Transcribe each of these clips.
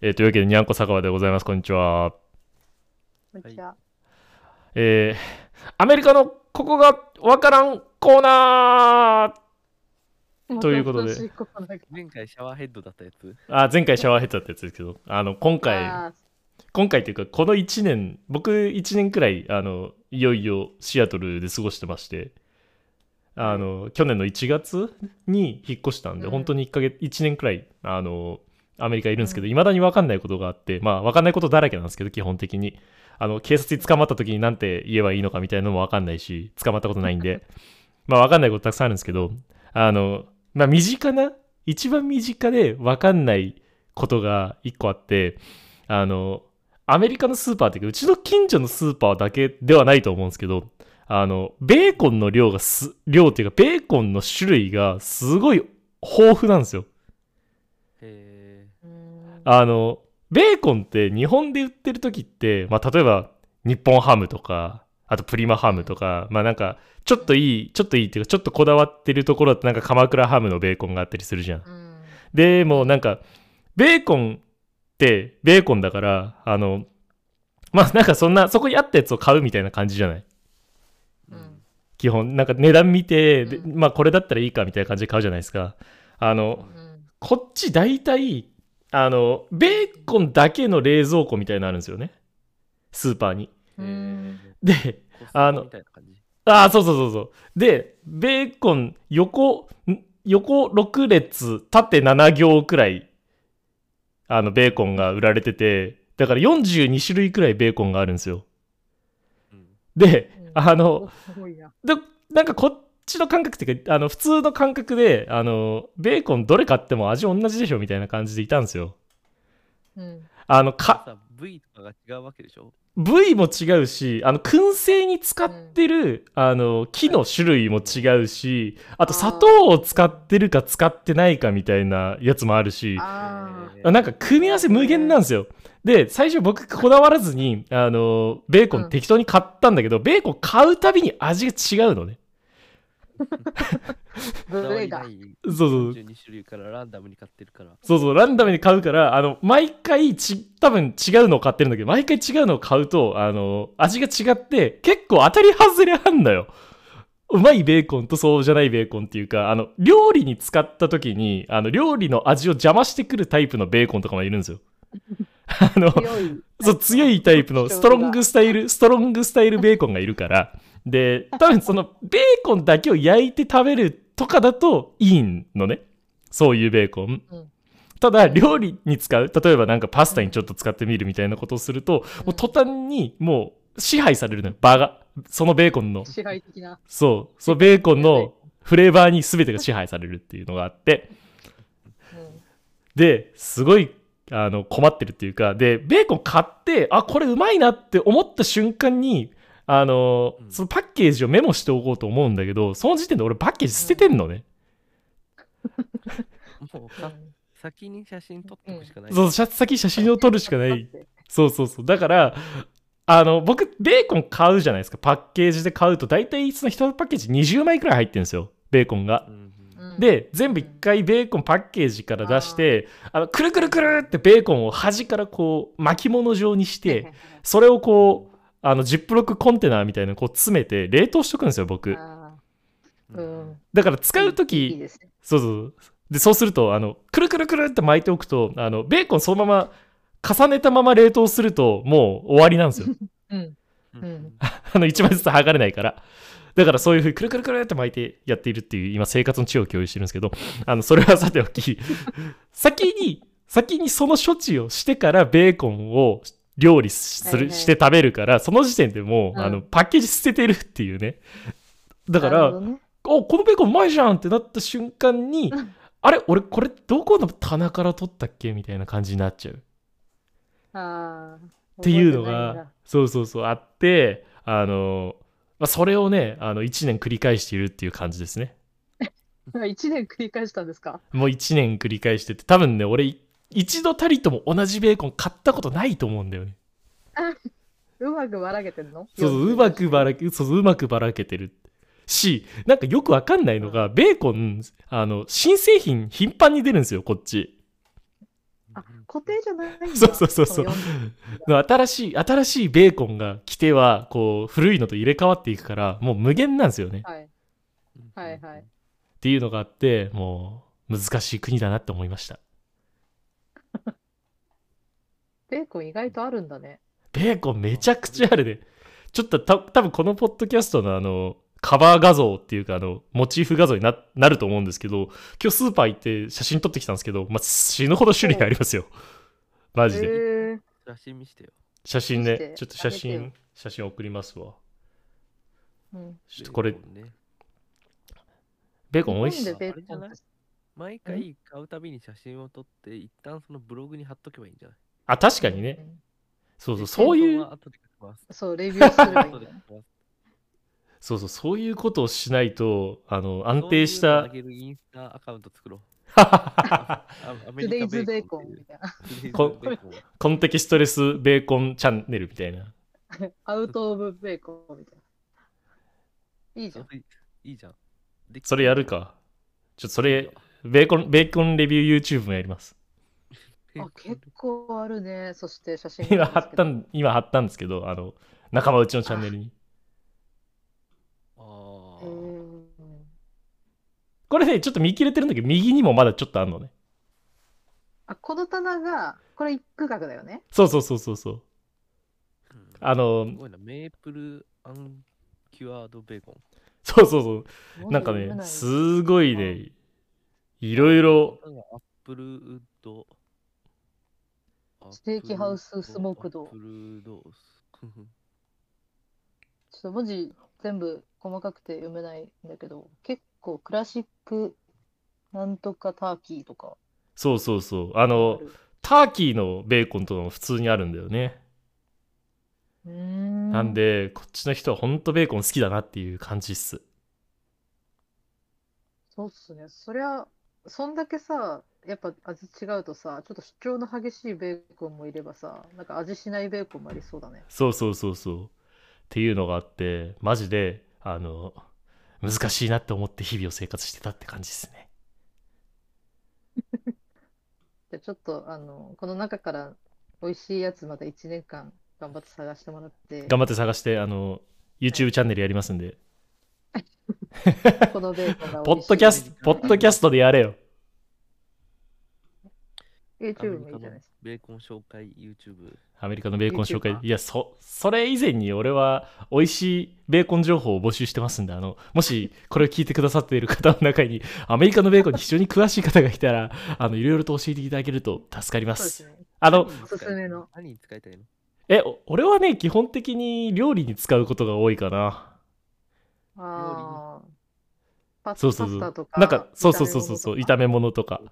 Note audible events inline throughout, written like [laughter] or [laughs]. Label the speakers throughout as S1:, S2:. S1: えーというわけで、にゃんこ酒場でございます。こんにちは。
S2: こんにちは。
S1: えーアメリカのここがわからんコーナーということで
S2: また新しコーナーが
S3: 前回シャワーヘッドだったやつ
S1: あ前回シャワーヘッドだったやつですけど、あの今回、
S2: あ
S1: 今回というか、この1年、僕1年くらい、あのいよいよシアトルで過ごしてまして、あの去年の1月に引っ越したんで、
S2: うん
S1: 本当に1ヶ月1年くらいあのアメリカいるんですけど、いまだに分かんないことがあって、まあ、分かんないことだらけなんですけど、基本的に。あの警察に捕まった時に何て言えばいいのかみたいなのも分かんないし、捕まったことないんで、まあ、分かんないことたくさんあるんですけど、あの、まあ、身近な、一番身近で分かんないことが1個あって、あの、アメリカのスーパーっていうか、うちの近所のスーパーだけではないと思うんですけど、あの、ベーコンの量がす、量っていうか、ベーコンの種類がすごい豊富なんですよ。
S3: へ
S2: ーうーん
S1: あの、ベーコンって日本で売ってる時って、まあ、例えば、日本ハムとか、あとプリマハムとか、まあなんか、ちょっといい、ちょっといいっていうか、ちょっとこだわってるところだとなんか鎌倉ハムのベーコンがあったりするじゃん。
S2: うん
S1: でもうなんかベーコンってベーコンだからあのまあなんかそんなそこにあったやつを買うみたいな感じじゃない
S3: ー
S2: うん
S1: 基本なんか値段見て、で
S2: う
S1: まあこれだったらいいかみたいな感じで買うじゃないですかあの
S2: うん
S1: こっち大体あのベーコンだけの冷蔵庫みたいなのあるんですよねスーパーに
S2: う
S3: へ
S2: ん
S3: ー
S1: で
S3: コスト
S1: あ
S3: コ
S1: の
S3: みたいな感じ
S1: ああ、そうそうそうそう。で、ベーコン、横、ん横6列、縦7行くらい、あの、ベーコンが売られてて、だから42種類くらいベーコンがあるんですよ。
S3: うん
S1: で
S2: うん、
S1: あ
S2: お
S1: の、
S2: すごいな。
S1: でなんかこっちの感覚っていうか、あの、普通の感覚で、あの、ベーコンどれ買っても味同じでしょみたいな感じでいたんですよ。
S2: うん
S1: あの、か、
S3: さ V とかが違うわけでしょ
S1: 部位も違うしあの燻製に使ってる、あの木の種類も違うしあと
S2: あー
S1: 砂糖を使ってるか使ってないかみたいなやつもあるし
S2: あー
S3: へー
S1: なんか組み合わせ無限なんですよで最初僕こだわらずにあのベーコ
S2: うん
S1: ン適当に買ったんだけど、ベーコン買うたびに味が違うのね
S2: ブレだ
S3: こだわ。りない
S1: そうそう
S3: 42種類からランダムに買ってるから
S1: そうそうランダムに買うからあの毎回ち多分違うのを買ってるんだけど毎回違うのを買うとあの味が違って結構当たり外れあんだようまいベーコンとそうじゃないベーコンっていうかあの料理に使った時にあの料理の味を邪魔してくるタイプのベーコンとかもいるんですよあの
S2: 強い。
S1: そう強いタイプのストロングスタイルストロングスタイルベーコンがいるから [laughs] で多分そのベーコンだけを焼いて食べるとかだといいのねそういうベーコン、
S2: うん
S1: ただ料理に使う例えばなんかパスタにちょっと使ってみるみたいなことをすると、もう途端にもう支配されるのよ場がそのベーコンの
S2: 支配的な。
S1: そう [laughs] そのベーコンのフレーバーに全てが支配されるっていうのがあって
S2: うん
S1: ですごいあの困ってるっていうかでベーコン買ってあこれうまいなって思った瞬間にあの、
S3: うん
S1: そのパッケージをメモしておこうと思うんだけどその時点で俺パッケージ捨ててんのね、
S3: もう
S2: う
S3: か [laughs]
S2: ん
S3: 先に写真撮っておくしかない
S1: そう写先写真を撮るしかない。そうそうそうだからあの僕ベーコン買うじゃないですかパッケージで買うと大体その1パッケージ20枚くらい入ってるんですよベーコンが
S3: う。ん
S2: うん、
S1: で全部一回ベーコンパッケージから出してあのくるくるくるってベーコンを端からこう巻物状にして
S2: で、
S1: それをこう、あの、ジップロックコンテナみたいなのこう詰めて、冷凍しとくんですよ、僕。
S2: あー
S3: う
S2: うんん。
S1: だから使うと
S2: いい
S1: き、
S2: ですね。
S1: そうそうそう。で、そうすると、あの、くるくるくるって巻いておくと、あの、ベーコンそのまま、重ねたまま冷凍すると、もう終わりなんですよ。
S2: うん。
S3: うん
S2: うん
S1: [laughs] あの、一枚ずつ剥がれないから。だからそういうふうにくるくるくるって巻いてやっているっていう、今、生活の知恵を共有してるんですけど、あの、それはさておき、 [laughs] 先に、先にその処置をしてから、ベーコンを料理す
S2: はい
S1: る、
S2: はい
S1: して食べるから、その時点でもう、
S2: うん
S1: あの、パッケージ捨ててるっていうね。だか
S2: な
S1: ら、
S2: るほどね
S1: おこのベーコンうまいじゃんってなった瞬間に、
S2: うん
S1: あれ俺これどこの棚から取ったっけみたいな感じになっちゃうっ
S2: あー
S1: ていうの
S2: 覚えてないん
S1: が
S2: だ
S1: そうそうそうあってあの、まあ、それをねあの1年繰り返しているっていう感じですね
S2: あ一年繰り返したんですか
S1: もう1年繰り返してて多分ね俺い一度たりとも同じベーコン買ったことないと思うんだよね
S2: うまくばらけてんの
S1: そうそううまくば
S2: ら
S1: らけそうそううまくばらけてるしなんかよくわかんないのがベーコンあの新製品頻繁に出るんですよこっち
S2: あ、固定じゃないんだ。
S1: そうそうそうそう
S2: の読んで
S1: 新しい、新しいベーコンが来ては、こう、古いのと入れ替わっていくから、もう無限なんですよね。
S2: はい。はいはい。
S1: っていうのがあって、もう、難しい国だなって思いました。
S2: ベーコン意外とあるんだね。
S1: ベーコンめちゃくちゃあるね。ちょっとた多分このポッドキャストのあの、カバー画像っていうかあの、モチーフ画像にななると思うんですけど、今日スーパー行って写真撮ってきたんですけど、まあ、死ぬほど種類ありますよ。マジ
S2: へ
S1: で。
S2: ー
S3: 写真見してよ。
S1: 写真
S2: 見せ
S1: ね
S2: て、
S1: ちょっと写
S2: あげて
S1: 真、写真送りますわ。
S2: うん
S1: ちょっとこれ
S3: ベー、コンね
S1: ベーコン美味し
S2: 日
S1: い
S2: 本。でベーコンって
S3: 毎回買うたびに写真を撮って、一旦そのブログに貼っとけばいいんじゃない
S1: あ、確かにね
S2: う。ん
S1: そうそう、
S3: で
S1: そうい
S3: 店頭
S1: う
S3: は、後で書きます。
S2: [laughs] そう、レビューすればいいん
S3: 後で
S2: だ
S3: 書き
S2: ね。
S3: ます
S1: そうそう、そういうことをしないと、あの、安定した
S3: そういうのをあ、げるインスタアカウント作ろう。あアメ
S2: トゥデイズベ
S3: リ
S2: ー
S3: カ
S2: コンみたいな。
S3: ベーコン
S1: こ
S3: っていう。トゥデイズベーコン [laughs]
S1: コンテキストレスベーコンチャンネルみたいな。
S2: アウトオブベーコンみたいな。いいじゃん。
S3: いいじゃん。で
S1: それやるか。ちょっとそれ、ベーコン、ベーコンレビュー YouTube もやります。
S2: あ、結構あるね。そして写真
S1: 今貼った
S2: ん
S1: ん、今貼ったんですけど、あの、仲間うちのチャンネルに。
S2: う
S3: 構あ
S2: ん
S1: これね、ちょっと見切れてるんだけど、右にもまだちょっとあんのね。
S2: あ、この棚が、これ一区画だよね。
S1: そうそうそうそうそう。
S3: ーうん
S1: あの
S3: す、ごいな、メープルアンキュアードベーコン。
S1: そうそうそう。なんか
S2: 読め
S1: ね、
S2: ない
S1: すごいね、いろいろ、
S3: なんかアップルウッド。
S2: ステーキハウススモークド
S3: アップルドース。
S2: ちょっと文字全部細かくて読めないんだけど、結構クラシックなんとかターキーとか
S1: そうそうそう。あ
S2: あ
S1: の、
S2: る。
S1: ターキーのベーコンとかも普通にあるんだよね。
S2: うーん
S1: なんで、こっちの人はほんとベーコン好きだなっていう感じっす。
S2: そうっすね。そりゃ、そんだけさ、やっぱ味違うとさ、ちょっと主張の激しいベーコンもいればさ、なんか味しないベーコンもありそうだね。
S1: そうそうそうそう。っていうのがあって、マジで、あの、難しいなって思って日々を生活してたって感じですね。
S2: じゃあちょっと、あの、この中から美味しいやつまで1年間頑張って探してもらって、
S1: 頑張って探して、あの、YouTube チャンネルやりますんで。
S2: このベーコンが美
S1: ポッ
S2: 味しい
S1: ドキャスト、ポッドキャストでやれよ。
S2: YouTube もいいじゃないですか。
S3: ベーコン紹介 YouTube。
S1: アメリカのベーコン紹介
S2: YouTuber。
S1: いや、そ、それ以前に俺は美味しいベーコン情報を募集してますんで、あの、もしこれを聞いてくださっている方の中に、アメリカのベーコンに非常に詳しい方がいたら、あの、いろいろと教えていただけると助かりま。
S2: そうですすね。
S1: あの、
S3: 何に
S2: おすすめの
S3: 使いたい何に使いたいの
S1: え、お俺はね、基本的に料理に使うことが多いかな。
S2: ああ。パ
S1: そうそうそ
S2: パスタ
S1: う
S2: と。か、
S1: なんか、そうそうそうそうそう、
S2: 炒
S1: 炒め物とか。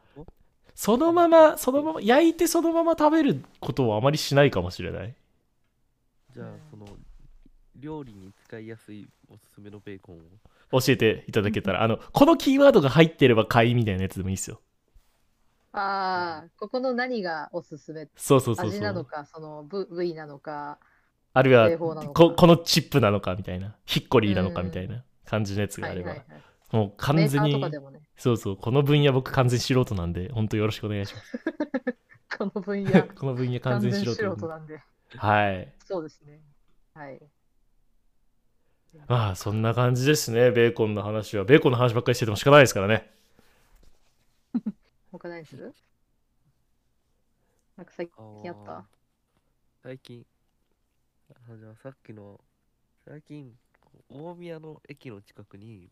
S1: そのまま、そのまま、焼いてそのまま食べることはあまりしないかもしれない。
S3: じゃあ、その、料理に使いやすいおすすめのベーコンを。
S1: 教えていただけたら、あの、このキーワードが入ってれば買いみたいなやつでもいいですよ。
S2: めああ、ここの何がおすすめ
S1: そうそうそう
S2: 味
S1: そ
S2: なの
S1: う。
S2: か、その部部位なのか、
S1: あるいは
S2: 製法なのか
S1: こ、このチップなのかみたいな、ヒッコリーなのかみたいな感じのやつがあれば、
S2: はいはいはい
S1: もう
S2: メ
S1: 完
S2: ー
S1: 全
S2: カーと
S1: に
S2: か、でもね、 [laughs]
S1: そうそう、この分野僕完全素人なんで、本当よろしくお願いします。
S2: この分野、
S1: [laughs] この分野完
S2: 完
S1: 全
S2: 全
S1: 素
S2: 素
S1: 人なんで
S2: 人なんで、
S1: はい。
S2: そうですね。はい。
S1: まあ、そんな感じですね、ベーコンの話は。ベーコンの話ばっかりしてても仕方ないですからね。
S2: 他何するなんか最
S3: あ
S2: 近あっ
S3: ー
S2: た。
S3: 最近、あじゃあさっきの、最近、大宮の駅の近くに、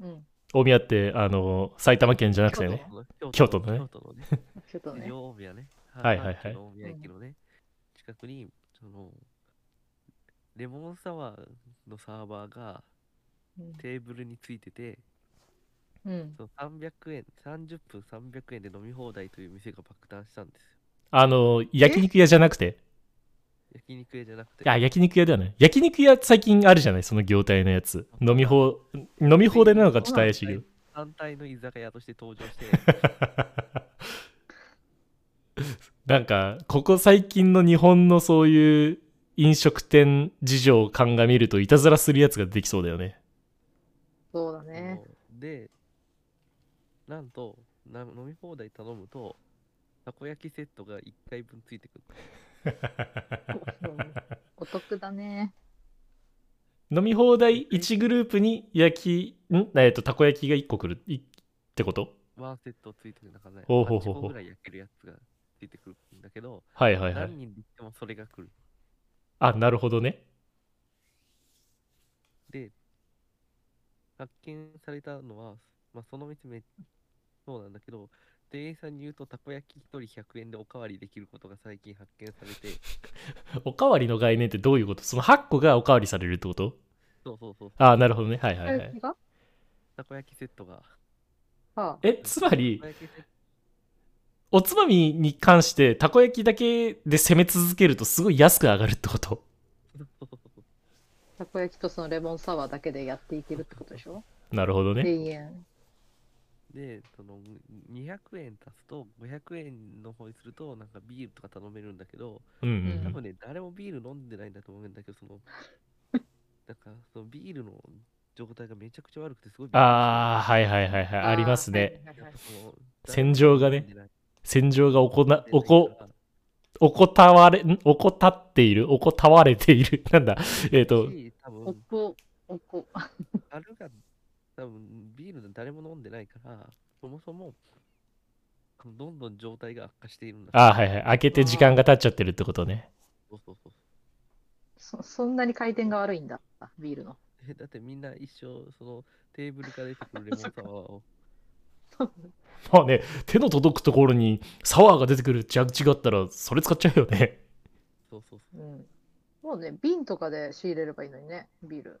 S2: うん。
S1: 大宮って、あの、埼玉県じゃなくてね。京都のね
S3: 京都のね。
S2: ちょっとね。
S3: 大宮ね。
S1: はいはいはい
S3: 阪急の大宮駅のね、近くに、その、レモンサワーのサーバーが
S2: うん
S3: テーブルについてて、
S2: うん。
S3: その300円、30分300円で飲み放題という店が爆誕したんですよ。
S1: あの、焼肉屋じゃなくて。
S3: 焼肉屋じゃなくて、
S1: あ、焼肉屋ではない。焼肉屋最近あるじゃない、その業態のやつ。飲み放、飲み放題なのかちょっと怪しいけど。
S3: 単体の居酒屋として登場して、
S1: なんか、ここ最近の日本のそういう飲食店事情を鑑みると、いたずらするやつができそうだよ [laughs] ね。
S2: そうだね。
S3: そので、なんとな、飲み放題頼むと、たこ焼きセットが1回分ついてくる。
S2: お得だね。
S1: 飲み放題1グループに焼き、んえっと、たこ焼きが1個くる。いってこと
S3: ワンセットついてくる中で、
S1: ほうほうほうほう
S3: 8個ぐらい焼けるやつがついてくるんだけど、
S1: はいはいはい
S3: 何。人で行ってもそれが来る。
S1: あ、なるほどね。
S3: で、発見されたのは、まあ、その店め、そうなんだけど、店員さんに言うと、たこ焼き1人100円でおかわりできることが最近発見されて、
S1: おかわりの概念ってどういうことその8個がおかわりされるってこと
S3: そうそうそう、
S1: あ、なるほどね。はいはいは
S2: え
S1: い。
S2: が
S3: たこ焼きセットが、
S2: はあ、
S1: え、 [laughs] つま
S3: た
S1: り
S3: こ、焼きセット
S1: おつまみに関して、たこ焼きだけで攻め続けるとすごい安く上がるってこと
S3: そうそうそう
S2: たこ焼きとそのレモンサワーだけでやっていけるってことでしょ
S1: なるほどね。
S2: ?1000 円。
S3: で、その200円足すと、500円の方にすると、なんかビールとか頼めるんだけど、
S1: うんうん
S2: う
S3: 多
S1: うん
S3: 分ね、誰もビール飲んでないんだと思うんだけど、その、なんか、そのビールの状態がめちゃくちゃ悪くて、すごいびっくりした
S1: ああ、はいはいはいはい。ありますね。
S2: あー。はいはい
S3: や
S2: はい
S3: その
S1: 戦場がね、
S3: 誰も飲んでない
S1: 戦場がおこな、お
S3: 出
S1: こ
S3: ない、から
S1: おこたわれ、んおこたっている、おこたわれている。 [laughs] なんだ、えっ、と、
S3: し多
S2: お
S3: 分
S2: こ、おこ。
S3: 樽が多分ビールの誰も飲んでないからそもそもどんどん状態が悪化しているんだ
S1: ああ、はいはい。開けて時間が経っちゃってるってことね。
S3: そうそうそう
S2: そそんなに回転が悪いんだ、ビールの。
S3: えだってみんな一生そのテーブルから出てくるレモンサワー
S2: [laughs]
S3: を
S1: まあね、手の届くところにサワーが出てくるジャッジがあったら、それ使っちゃうよね。
S3: そうそうそ
S2: うん。もうね、瓶とかで仕入れればいいのにね、ビール。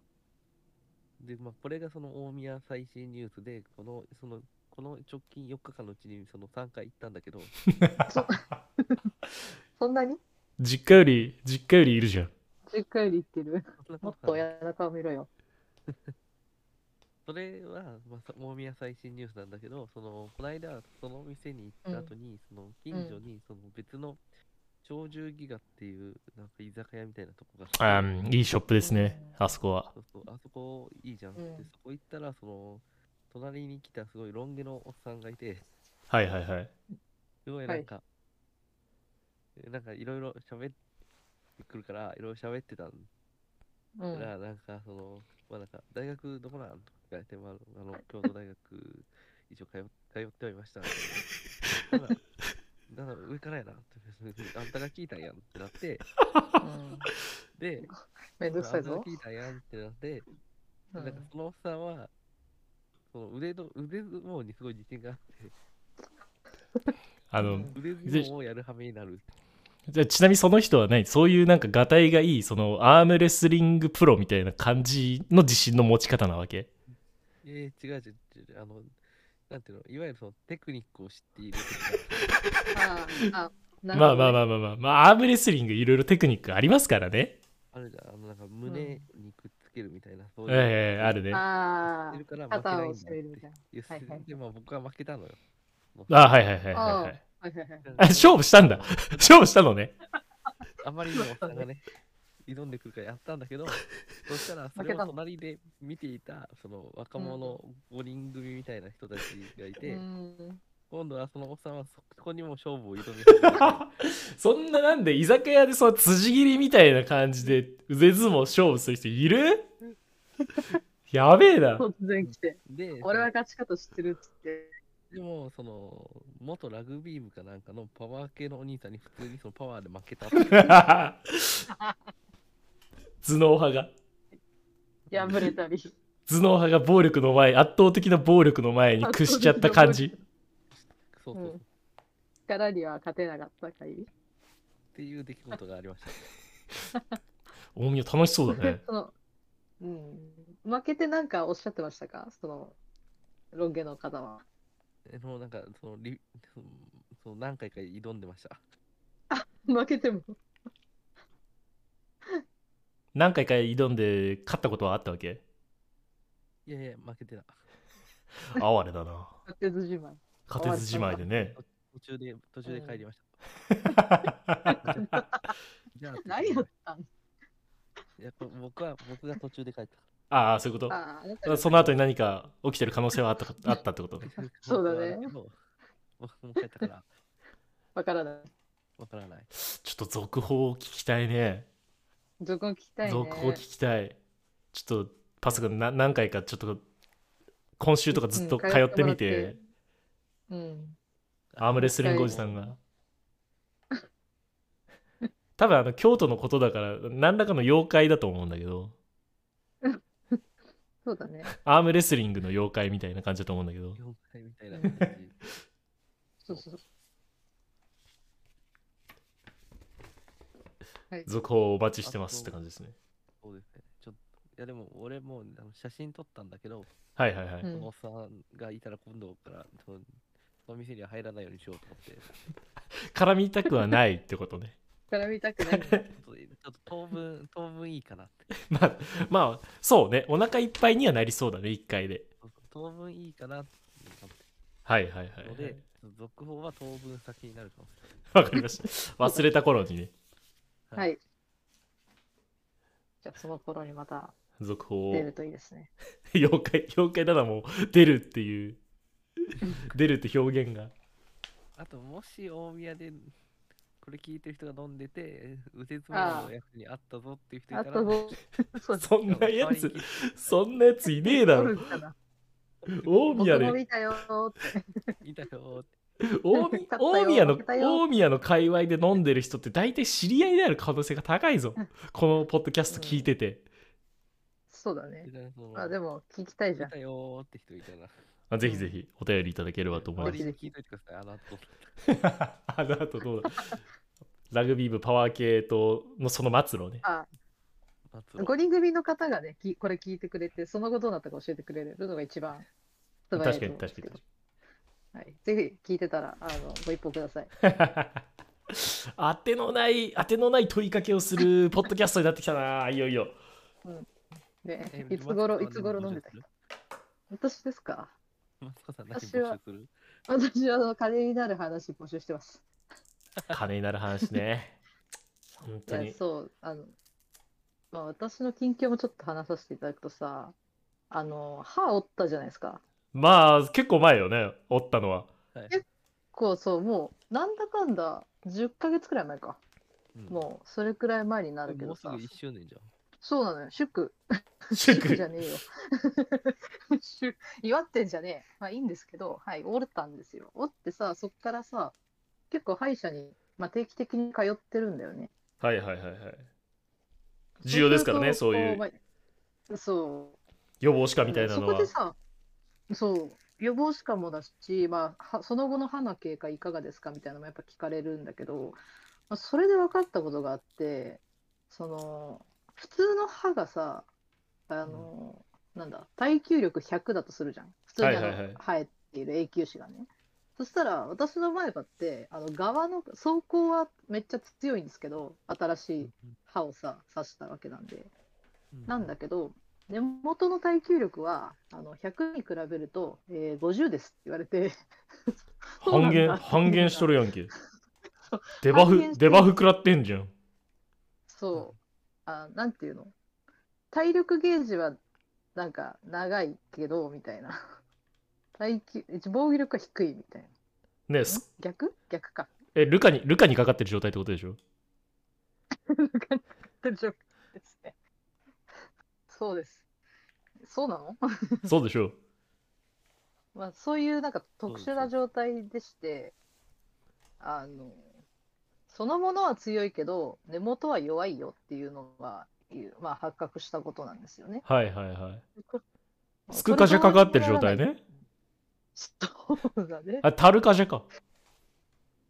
S3: うでまあこれがその大宮最新ニュースでこのそのこの直近4日間のうちにその3回行ったんだけど
S2: そそんなに
S1: 実家より、実家よりいるじゃん。
S2: 10回で行ってる。
S3: そんな
S2: もっ
S3: ことはない
S2: 親中を見ろよ。
S3: それは、まあさ、大宮最新ニュースなんだけど、その、この間、その店に行った後に、その、近所に、その別の、鳥獣ギガっていう、なんか居酒屋みたいなとこがあって
S1: あーいいショップですね、あそこは。
S3: そうそう、あそこいいじゃんって、
S2: うん
S3: そこ行ったら、その、隣に来たすごいロン毛のおっさんがいて、
S1: はいはいはい。
S3: すごい
S2: はい
S3: なんか、なんかいろいろ喋ってくるから、いろいろ喋ってたん
S2: う
S3: だか
S2: ん。
S3: ら、なんか、その、まあなんか、大学どこなんとか聞かれて、まあ、あの、京都大学、一応通っ通ってはいました。ただ、なんだろう上からやなって、あんたが聞いたんやんってなっ
S2: う
S3: て、
S2: ん
S3: で、
S2: めん
S3: あ
S2: どく
S3: んた
S2: さ
S3: が
S2: いぞ
S3: 聞。いたんやんってなって、
S2: う
S3: なんか
S2: ん
S3: そのおっさんは、その腕の、腕相撲にすごい自信があって、
S1: あの、
S3: 腕相撲をやるはめになる。
S1: じゃあちなみにその人は何そういうなんかがたいがいい、そのアームレスリングプロみたいな感じの自信の持ち方なわけ
S3: えー、違う違う違う、あの、なんていうの、いわゆるそのテクニックを知っているとか。
S2: あああなる
S1: まあ
S2: ほどね
S1: まあまあまあまあ、まあ、アームレスリングいろいろテクニックありますからね。
S3: あるじゃん、あのなんか胸にくっつけるみたいな、そういう。
S1: ええあるね。あ
S2: あ
S3: いるから
S2: あ、
S3: 負けな
S2: 肩
S3: いんだ
S2: を
S3: っ
S2: 締めるみ
S3: て
S2: たいな。
S3: 言
S2: はいはい
S3: で、まあ僕は負けたのよ。
S1: はいはいはいはい、
S2: ああ、
S1: は。
S2: はいいはいはい。
S1: あ勝負した [laughs] んだ。勝負したのね。 [laughs]
S3: あんまりにもおっさんがね、挑んでくるからやったんだけど、そしたらそれ
S2: 負けた
S3: を
S2: の
S3: 隣で見ていた、その若者5人組みたいな人たちがいうて、
S2: ん。
S3: 今度はそのおっさんはそこにも勝負を挑み始めて
S1: そんななんで居酒屋でその辻切りみたいな感じで腕相撲勝負する人い [laughs] るやべえな。
S2: 突然来て、
S3: で、
S2: [laughs]
S3: その
S2: 俺は勝ち方知ってるっつって。
S3: でも、その、元ラグビー部かなんかのパワー系のお兄さんに普通にそのパワーで負けたっていう
S1: [laughs] 頭脳派が
S2: 破れたり。
S1: 頭脳派が暴力の前圧倒的な暴力の前に屈しちゃった感じ
S3: そうそ
S2: う
S3: うそ
S2: ん
S3: う。っ
S2: 力には勝てなかったかい。
S3: ていう出来事がありました。
S1: 大宮楽しそうだね
S2: その、うん。負けてなんかおっしゃってましたかその、ロン毛の方は。
S3: [laughs] えのなんかそのリその何回か挑んでました。
S2: 負けても。
S1: 何回か挑んで勝ったことはあったわけ
S3: いやいや負けてた。
S1: 哀れだな
S2: 勝てずじまい。
S1: 勝てずじまいでね
S3: 途中で途中で帰りました。じゃあ
S2: 何やったん
S3: いやこ僕は僕が途中で帰った。
S1: [laughs] ああそういうこ
S2: ああ、あなた
S1: とその後に何か起きてる可能性はあったかあったってこと
S3: 僕は
S2: そうだね
S3: けど僕も帰ったから。
S2: わからない。
S3: わからない。
S1: ちょっと続報を聞きたいね。
S2: 続報聞きたいね。
S1: 続報聞きたい。ちょっと、パス君な何回かちょっと、今週とかずっと
S2: うん
S1: 通
S2: 通
S1: ってみ
S2: ってもら
S1: て
S2: って、うん。
S1: アームレスリングおじさんが。 [laughs] 多分あの京都のことだから何らかの妖怪だと思うんだけど
S2: そうだね。 [laughs]
S1: アームレスリングの妖怪みたいな感じだと思うんだけど
S3: 妖怪みたいな感じ。
S2: そうそうそう。はい。
S1: 続報をお待ちしてますって感じですね
S3: そうですね。ちょっと、いやでも俺もうあの写真撮ったんだけど、
S1: はいはいはい、
S2: うん
S3: そのおっさんがいたら今度からそのその店には入らないようにしようと思って、
S1: 絡みたくはないってことね [laughs]
S2: 絡みたくないん [laughs] だ。
S3: ちょっとちょっと当分、当分いいかなって。
S1: まあまあそうねお腹いっぱいにはなりそうだね1回で
S3: そうそう当分いいかなって思っ
S1: はいはいは
S3: た
S1: い
S3: の
S1: は
S3: で、
S1: い
S3: ちょっと続報は当分先になるかもしれ
S1: わ、かりました忘れた頃にね
S3: な。
S2: はいい。じゃあその頃にまた
S1: 続報
S2: 出
S1: を
S2: るといいですね。
S1: 妖怪妖怪だなもう出るっていう出るって表現が
S3: あと、もし大宮でこれ聞いてる人が飲んでて、右折
S2: ああ
S3: 門のやつにあったぞっていう人い
S2: あ
S3: た
S2: と
S3: ら、
S2: どうそう
S1: そんなや
S3: [laughs]
S1: つそんなやついねえだ
S2: お
S1: ろ
S2: るんかな。
S1: 大
S2: [laughs]
S1: 宮
S2: 僕も
S1: で
S2: 見たよーって。
S3: いたよって。
S1: 大
S2: 勝
S1: 宮
S2: ったよ
S1: 大宮の
S2: 負けたよ
S1: 大宮の界隈で飲んでる人って大体知り合いである可能性が高いぞこのポッドキャスト聞いてて、
S2: そうだね。あ、で
S3: も、
S2: も聞きたい
S3: い
S2: じゃん。
S3: たよって人いたら、
S1: あぜひぜひお便りいただければと思い
S3: 周
S1: ま
S3: り
S1: す
S3: に聞いといてください、あの後。
S1: [laughs] あのあとどうだラグビー部パワー系とのその末路ね
S2: あ、
S3: 松尾
S2: 5人組の方がね、きこれ聞いてくれて、その後どうなったか教えてくれるのが一番素
S1: 確
S2: 早い
S1: か
S2: と
S1: に
S2: 思うんで
S1: 確
S2: す
S1: か
S2: け
S1: に
S2: ど
S1: 確
S2: はい。ぜひ聞いてたら、あの、ご一報ください。
S1: かに当てのない当てのない問いかけをするポッドキャストになってきたないよいよ
S2: ね、
S3: え
S2: いつ頃、い
S3: 松
S2: つ
S3: 尾さ
S2: 頃飲んでた人私ですか
S3: マツコさん何
S2: 私は
S3: 募集する
S2: 私はあの金になる話募集してます。
S1: 金になる話ね本
S2: い
S1: 当
S2: や
S1: に
S2: そうあの、まあ、私の近況もちょっと話させていただくとさあの歯折ったじゃないですか
S1: まあ結構前よねおったのは
S3: はい
S2: えこうそうもうなんだかんだ10ヶ月くらい前か
S3: うん
S2: もうそれくらい前になるけ
S3: も
S2: ど
S3: うすぐ
S2: さ
S3: 1周年じゃん。
S2: そうなのよ祝 [laughs] 祝じ
S1: 祝
S2: ゃねえよ祝 [laughs] 祝ってんじゃねえまあいいんですけどはい折ったんですよ折ってさそっからさ結構歯医者に、まあ、定期的に通ってるんだよね
S1: はいはいはいはい重要ですからね
S2: そうすると
S1: そう
S2: こまあそう
S1: 予防歯科みたいなの
S2: そ
S1: は
S2: こでさそう予防歯科もだし、まあ、はその後の歯の経過いかがですかみたいなのもやっぱ聞かれるんだけど、まあ、それで分かったことがあってその普通の歯がさあの、なんだ耐久力100だとするじゃん普通にあの、
S1: はいはいはい
S2: 生えている永久歯がねそしたら私の前歯ってあの側の走行はめっちゃ強いんですけど新しい歯をさ刺したわけなんでなんだけど、根元の耐久力はあの100に比べると、えー50ですって言われて、 [laughs] そうな
S1: 半
S2: ん
S1: 減
S2: だ
S1: 半減しとるやんけ
S2: そう
S1: デバ
S2: 半減
S1: フ
S2: して
S1: デバフ食らってんじゃん
S2: そうあ、なんていうの、体力ゲージはなんか長いけどみたいな、 [laughs] 耐久防御力は低いみたいな、
S1: ねす
S2: 逆逆か。
S1: えルカにルカにかかってる状態ってことでしょ
S2: [laughs] 大丈夫ですねそうです。そうなの
S1: そうでしょう
S2: まあ、そういうなんか特
S3: そ
S2: 殊
S3: うそう
S2: な状態でして、あの、そのものは強いけど、根元は弱いよっていうのが、いうまあ、発覚したことなんですよね。
S1: はいはいはい
S2: まあ
S1: スクカジャかかってる状態。
S2: これどうにもならない
S1: ね
S2: そうだね。
S1: あタルカジャか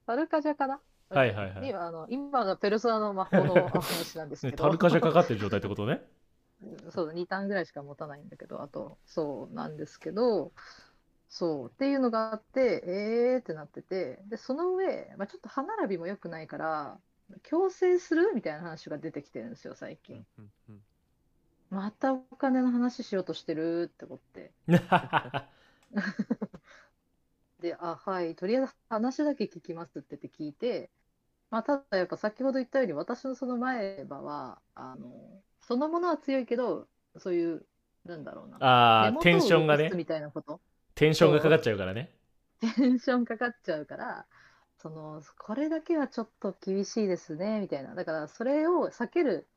S2: タルカジャかな
S1: はいはいはい
S2: 今あの今がペルソナの魔法の話なんですけ
S1: ね
S2: ど。
S1: タルカジャかかってる状態って
S2: [laughs]
S1: ことね
S2: そう2単ぐらいしか持たないんだけどあとそうなんですけどそうっていうのがあってえーってなっててでその上、まあ、ちょっと歯並びも良くないから矯正するみたいな話が出てきてるんですよ最近
S3: うんうん
S2: またお金の話しようとしてるって思ってであはいとりあえず話だけ聞きますって言って聞いて、まあ、ただやっぱ先ほど言ったように私のその前歯はあのそのものは強いけどそういうなんだろうな
S1: あ
S2: 根
S1: あ
S2: 元を
S1: テンションが
S2: 動
S1: ね
S2: かすみたいなこと
S1: テンションがかかっちゃうからね
S2: テンションかかっちゃうから、そのこれだけはちょっと厳しいですねみたいなだからそれを避ける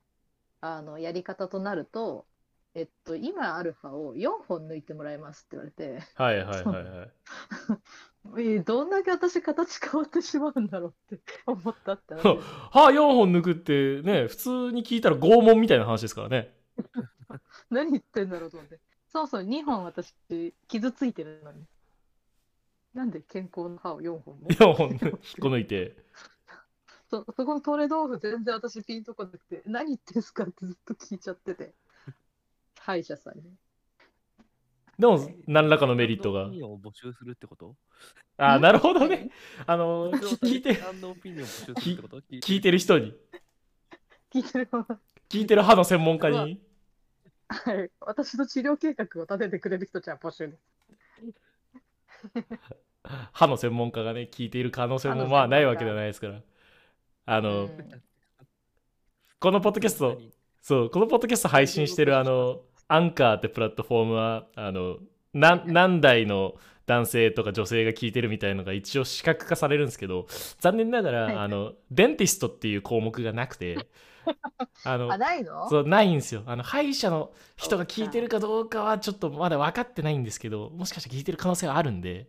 S2: あのやり方となると、えっと、今ある歯を4本抜いてもらいますって言われて
S1: はいはいはいはい。
S2: えどんだけ私形変わってしまうんだろうって [laughs] 思ったって話です
S1: 歯4本抜くってね、普通に聞いたら拷問みたいな話ですからね。
S2: 何言ってんだろうと思ってそうそう2本私傷ついてるのになんで健康の歯を4本も
S1: 4本引っこ抜いて。
S2: そそこのトレ豆腐全然私ピンとこなくて何言ってんすかってずっと聞いちゃってて歯医者さんに
S1: でも、何らかのメリットが
S3: オ。ピニオンを募集するってこと
S1: あーなるほどね。あの、聞いて、
S3: オピニオンを募集するってこと聞
S1: 聞いてる人に、
S2: 聞いてるまま
S1: 聞いてる歯の専門家に。
S2: はい私の治療計画を立ててくれる人じゃ募集です
S1: 歯の専門家がね聞いている可能性もまあ
S2: 歯の専門家
S1: ないわけではないですからあの、
S2: うん
S1: このポッドキャストそうこのポッドキャスト配信してるあのアンカーってプラットフォームはあのな何代の男性とか女性が聞いてるみたいのが一応視覚化されるんですけど残念ながら、
S2: はいはい
S1: あのデンティストっていう項目がなく
S2: [laughs]
S1: てあの
S2: あないの
S1: そうないんですよあの歯医者の人が聞いてるかどうかはちょっとまだ分かってないんですけどもしかしたら聞いてる可能性はあるんで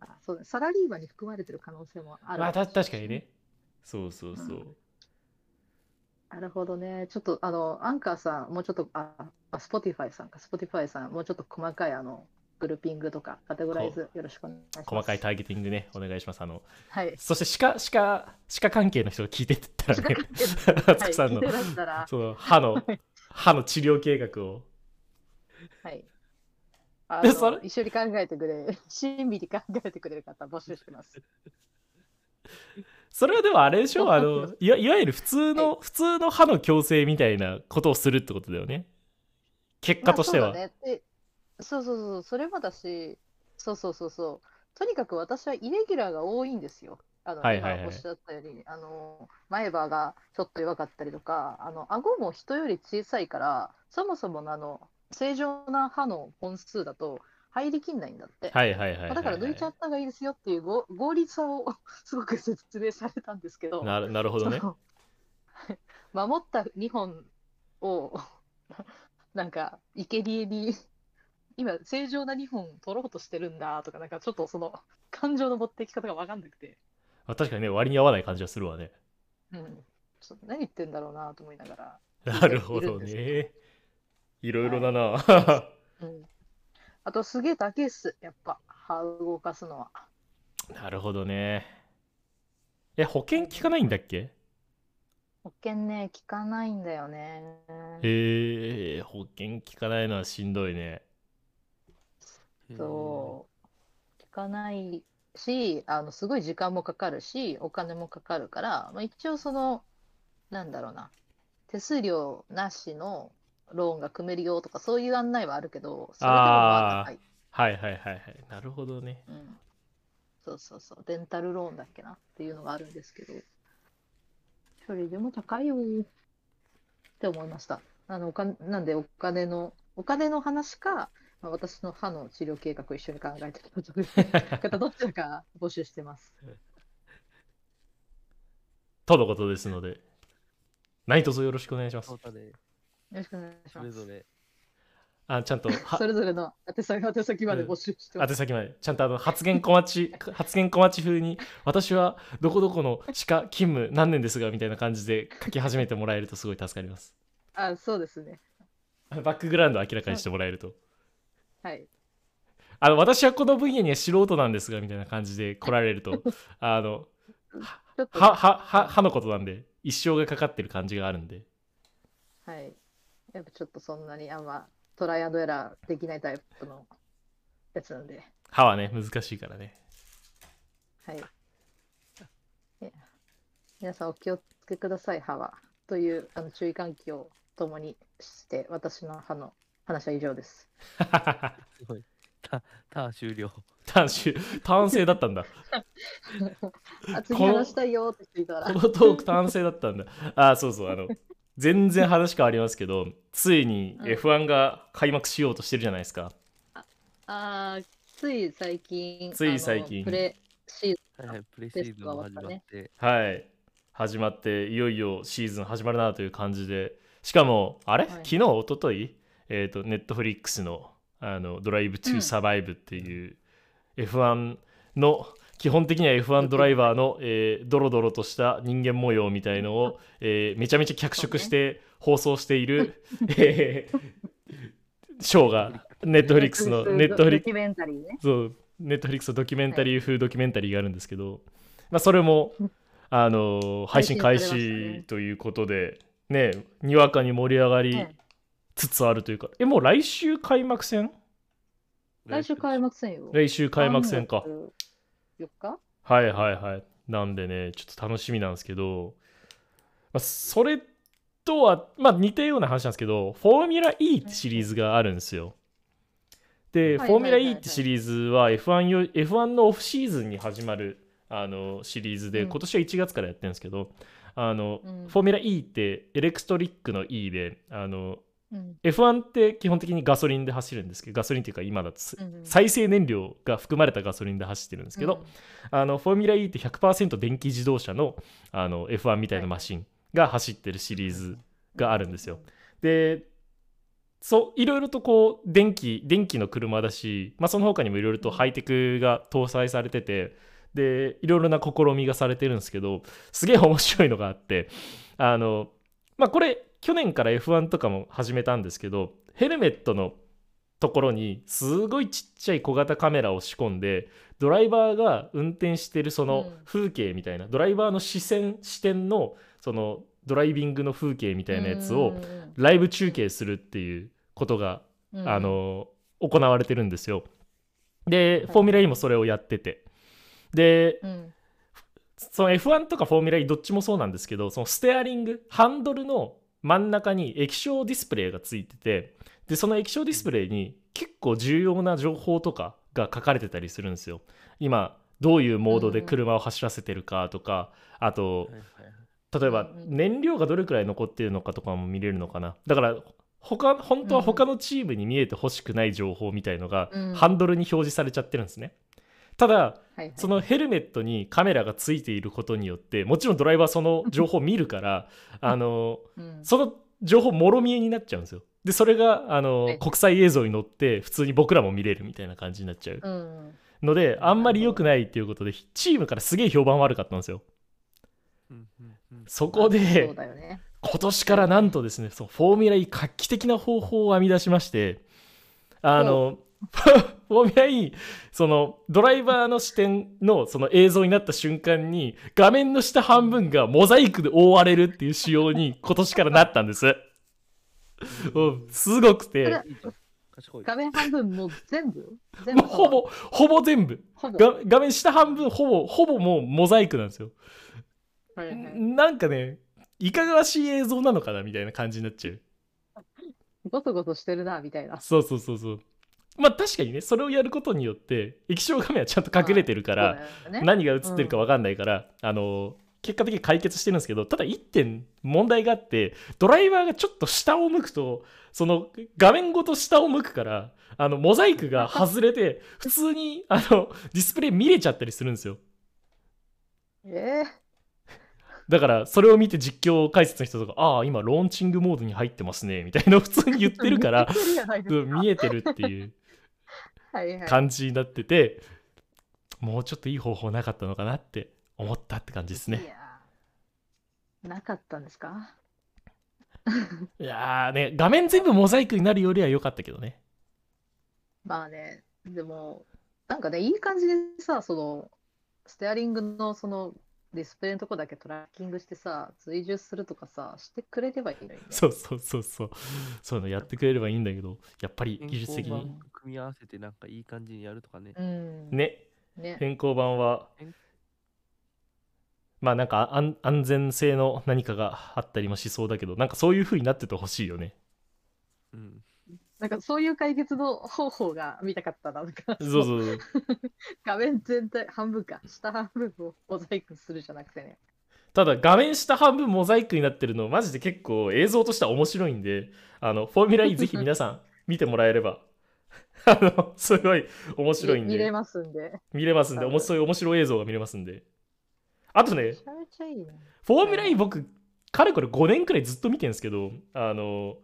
S2: あそうねサラリーマンに含まれてる可能性もある
S1: まあ、た確かにね。そうそうそう。
S2: なるほどね。ちょっと、あの、アンカーさん、もうちょっと、あ、あ、スポティファイさんか、スポティファイさん、もうちょっと細かい、あの、グルーピングとか、カテゴライズ、よろしくお願いします。
S1: 細かいターゲティングね、お願いします。あの、
S2: はい。
S1: そして歯科、歯科、歯科関係の人が聞いてったらね、 [laughs] つくさんの
S2: はい、聞い、てらしたら、
S1: その歯の、歯の治療計画を。
S2: はい。あ
S1: で
S2: の
S1: それ
S2: 一緒に考えてくれ [laughs] る、親身に考えてくれる方、募集してます。
S1: それはでもあれでしょあの、いわいわゆる普通の、普通の歯の矯正みたいなことをするってことだよね。結果として
S2: まあ
S1: は。
S2: そうだねでそうそうそう、それもだし、そうそうそうそう、とにかく私はイレギュラーが多いんですよ。あの、
S1: はいはいはい
S2: 今おっしゃったように、あの、前歯がちょっと弱かったりとか、あの、顎も人より小さいから、そもそものあの、正常な歯の本数だと入りきんないんだって。
S1: はいはいはいはい、はい。
S2: だから抜いちゃった方がいいですよっていうご合理さを [laughs] すごく説明されたんですけど。
S1: なるなるほどね。
S2: そのはい守った2本を [laughs] なんか生贄に今正常な2本取ろうとしてるんだとかなんかちょっとその感情の持っていき方が分かんなくて、
S1: あ確かにね、割に合わない感じはするわね。
S2: うん、ちょっと何言ってんだろうなと思いながら、
S1: なるほど
S2: い
S1: ね。いろいろだな。
S2: うん、あとすげえだけっすやっぱ歯動かすのは
S1: なるほどね。え、保険効かないんだっけ
S2: 保険ね効かないんだよね
S1: へえ、保険効かないのはしんどいね。
S2: そう、聞かないし、あの、すごい時間もかかるし、お金もかかるから、まあ、一応その、なんだろうな、手数料なしのローンが組めるよとか、そういう案内はあるけど、それでもまあ
S1: あー
S2: 高い。
S1: はいはいはいはい。なるほどね。
S2: うん。そうそうそう、レンタルローンだっけなっていうのがあるんですけど、それでも高いよって思いました。あの、お金、なんでお金の、お金の話か、まあ、私の歯の治療計画を一緒に考えてるという [laughs] 方、どちらか募集してます。
S1: とのことですので、何卒よろしくお願いします
S3: そ。うだね
S2: よろしくお願いし
S3: そ
S2: ま
S3: れ
S2: す。
S3: ぞれ。
S1: あ、ちゃんと、は
S2: それぞれの宛先、宛先まで募集してま
S1: 宛
S2: す。
S1: 先まで、ちゃんとあの発言小町、 [laughs] 発言小町風に、私はどこどこの歯科勤務何年ですが、みたいな感じで書き始めてもらえるとすごい助かります。
S2: あ、そうですね。
S1: [laughs] バックグラウンドを明らかにしてもらえると。
S2: はい。
S1: あの私はこの分野には素人なんですがみたいな感じで来られるとあの
S2: ちょっと、
S1: ははは歯のことなんで一生がかかってる感じがあるんで
S2: はい。やっぱちょっとそんなにあんまトライアンドエラーできないタイプのやつなんで。
S1: 歯はね難しいからね [laughs]
S2: はい。 [laughs] え皆さんお気をつけください、歯は。というあの注意喚起を共にして、私の歯の話は以
S1: [laughs]
S2: 上です。
S3: すごい。た、た終了。
S1: 単種単性だったんだ
S2: あ、次話したいよって人いた
S1: こ
S2: ら。
S1: のトーク単性だったんだあそうそうあの全然話変わりますけどついに
S2: うん
S1: F1 が開幕しようとしてるじゃないですか、
S2: あーつい最近、
S1: つい最近
S2: あのプレシーズ
S3: はいはい、プレシーズンも始まって、
S1: はい。始まって、いよいよシーズン始まるなという感じで、しかも、あれ、
S2: はい
S1: 昨日、一昨日えっ、と、ネットフリックスの、あの、ドライブ・ト
S2: う
S1: ゥ・
S2: ん
S1: サバイブっていう、F1 の、基本的には F1 ドライバーの、えードロドロとした人間模様みたいのを、えーめちゃめちゃ脚色して放送している、えーショーが、ネットフリック
S2: [laughs]
S1: スの、ネットフリック
S2: ドキュメンタリーね。
S1: そう、ネットフリックスのドキュメンタリー風ドキュメンタリーがあるんですけど、まあ、それも、あのー配信開
S2: 配信されました
S1: 始
S2: ね
S1: ということで、ねにわかに盛り上がり
S2: はい
S1: つつあるというか、え、もう来週開幕戦
S2: 来週開幕戦よ。
S1: 来週開幕戦か。
S2: 3月4日
S1: はいはいはい。なんでね、ちょっと楽しみなんですけど、まあ、それとは、まあ、似たような話なんですけど、フォーミュラ E ってシリーズがあるんですよ。で、
S2: はい
S1: フォーミュラ
S2: はいはい
S1: E ってシリーズは F1, よ F1 のオフシーズンに始まるあのシリーズで、
S2: うん
S1: 今年は1月からやってるんですけど、あの
S2: うん
S1: フォーミュラ E ってエレクトリックの E で、あの
S2: うん。
S1: F1 って基本的にガソリンで走るんですけど、ガソリンっていうか今だと
S2: うん
S1: 再生燃料が含まれたガソリンで走ってるんですけど、あのフォーミュラ E って100%電気自動車のあの F1 みたいなマシンが走ってるシリーズがあるんですよ。でそういろいろとこう電気電気の車だし、まあ、その他にもいろいろとハイテクが搭載されててでいろいろな試みがされてるんですけどすげえ面白いのがあってあの、まあ、これ去年から F1 とかも始めたんですけどヘルメットのところにすごいちっちゃい小型カメラを仕込んでドライバーが運転してるその
S2: うん
S1: 風景みたいな、ドライバーの視線視点のそのドライビングの風景みたいなやつを、ライブ中継するっていうことが、
S2: うんうんうん
S1: あ、の行われてるんですよ。で、
S2: はい
S1: フォーミュラ E もそれをやってて。で、
S2: うん
S1: その F1 とかフォーミュラ E どっちもそうなんですけど、そのステアリング、ハンドルの真ん中に液晶ディスプレイがついてて、で、その液晶ディスプレイに結構重要な情報とかが書かれてたりするんですよ。今、どういうモードで車を走らせてるかとか、あと、
S3: はいはいはい
S1: 例えば
S2: うんうん
S1: 燃料がどれくらい残ってるのかとかも見れるのかなだから他本当は他のチームに見えてほしくない情報みたいのが
S2: うん
S1: ハンドルに表示されちゃってるんですねただ
S2: はいはい
S1: そのヘルメットにカメラがついていることによってもちろんドライバーはその情報を見るから
S2: [laughs]
S1: あの
S2: うん
S1: その情報もろ見えになっちゃうんですよでそれがあの、
S2: はい
S1: 国際映像に乗って普通に僕らも見れるみたいな感じになっちゃう
S2: うん
S1: のであんまり良くないっていうことでチームからすげえ評判悪かったんですよ
S3: うんうんうん
S1: そこで
S2: そうだよね。
S1: 今年からなんとですねそのフォーミュラ E 画期的な方法を編み出しましてあの [laughs] フォーミュラ E そのドライバーの視点のその映像になった瞬間に画面の下半分がモザイクで覆われるっていう仕様に今年からなったんです。うんすごく
S2: それ
S1: て
S3: いいじゃん賢い。
S2: 画面半分もう全部全
S1: も
S2: 部
S1: うほぼほぼ全部
S2: ほぼ
S1: が画面下半分ほぼほぼもうモザイクなんですよ。
S2: はいはい
S1: なんかねいかがわしい映像なのかなみたいな感じになっちゃう。
S2: ゴソゴソしてるなみたいな。
S1: そうそうそうそう。まあ確かにね、それをやることによって、液晶画面はちゃんと隠れてるから、
S2: そうだよね
S1: 何が映ってるか分かんないから、あの、結果的に解決してるんですけど、ただ一点問題があって、ドライバーがちょっと下を向くと、その画面ごと下を向くから、あの、モザイクが外れて、普通に、あの、ディスプレイ見れちゃったりするんですよ。
S2: え
S1: だから、それを見て実況解説の人とか、ああ、今、ローンチングモードに入ってますね、みたいなのを普通に言ってるから、
S2: [laughs] えじゃないです
S1: うん
S2: か
S1: 見えてるっていう。
S2: はいはい。
S1: 感じになってて、もうちょっといい方法なかったのかなって思ったって感じです
S2: い
S1: ね。
S2: やーなかったんですか
S1: いやーね、画面全部モザイクになるよりは良かったけどね。
S2: まあね、でも、なんかね、いい感じでさ、その、ステアリングのそのディスプレイのとこだけトラッキングしてさ、追従するとかさ、してくれればいいのにね。
S1: そうそうそうそう。そういうのやってくれればいいんだけど、やっぱり技術的
S3: 変更
S1: に。
S3: 版組み合わせてなんかいい感じにやるとかね。
S2: うん。
S1: ね、
S2: ね。
S1: 変更版は
S3: 変、
S1: まあなんか安安全性の何かがあったりもしそうだけど、なんかそういう風になっててほしいよね。
S3: うん。
S2: なんかそういう解決の方法が見たかったな。なんか
S1: そうそうそう。
S2: 画面全体、半分か。下半分をモザイクするじゃなくてね。
S1: ただ画面下半分モザイクになってるのマジで結構映像としては面白いんであのフォーミュラ E ぜひ皆さん見てもらえれば [laughs] あの、すごい面白いん
S2: 見れ
S1: で、
S2: ますんで。
S1: 見れますんで、おもそういう面白い映像が見れますんで。あとね
S2: めち、ゃめちゃいいね。
S1: フォーミュラ E 僕、かれこれ5年くらいずっと見てるんですけど、あの、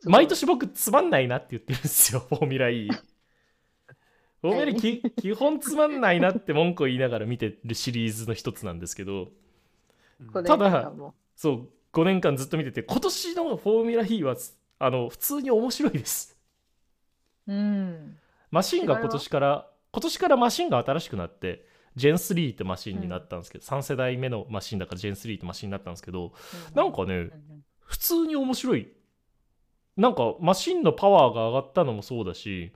S2: すごい
S1: 毎年僕つまんないなって言ってるんですよ、 [laughs] フォーミュラ E。フォーミュラ E き基本つまんないなって文句を言いながら見てるシリーズの一つなんですけど、
S2: これ
S1: ただ
S2: なんかも
S1: そう、5年間ずっと見てて、今年のフォーミュラ E は、あの、普通に面白いです。
S2: ううん。
S1: マシンが今年から、今年からマシンが新しくなって、ジェン3ってマシンになったんですけど、3世代目のマシンだからジェン3ってマシンになったんですけど、なんかね
S2: う、ん
S1: 普通に面白いなんかマシンのパワーが上がったのもそうだし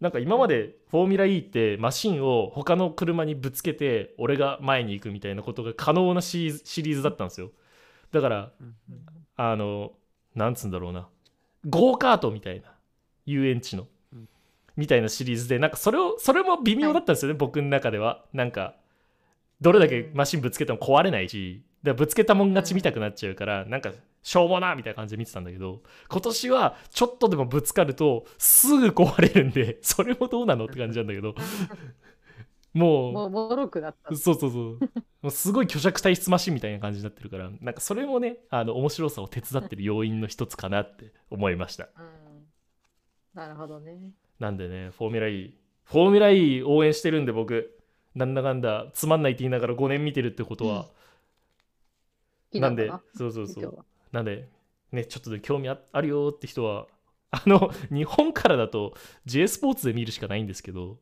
S1: なんか今までフォーミュラ E ってマシンを他の車にぶつけて俺が前に行くみたいなことが可能なシリーズシリーズだったんですよだから
S3: うん
S2: うん
S1: あのなんつうんだろうなゴーカートみたいな遊園地の
S3: うん
S1: みたいなシリーズでなんかそれをそれも微妙だったんですよね、僕の中ではなんかどれだけマシンぶつけても壊れないしだからぶつけたもん勝ち見たくなっちゃうから、なんかしょうもなみたいな感じで見てたんだけど今年はちょっとでもぶつかるとすぐ壊れるんでそれもどうなのって感じなんだけ
S3: [laughs]
S1: どもう
S2: もう、もろくなった。
S1: そうそうそうもうすごい虚弱体質マシンみたいな感じになってるからなんかそれもねあの面白さを手伝ってる要因の一つかなって思いました
S2: うんなるほどね。
S1: なんでねフォーミュラ E フォーミュラ E 応援してるんで僕なんだかんだつまんないって言いながら5年見てるってことは、
S2: 好き
S1: な
S2: の
S1: ん
S2: か
S1: でそうそうそ
S2: 今日
S1: う
S2: は
S1: なんでねちょっとで興味ああるよって人はあの [laughs] 日本からだと J スポーツで見るしかないんですけど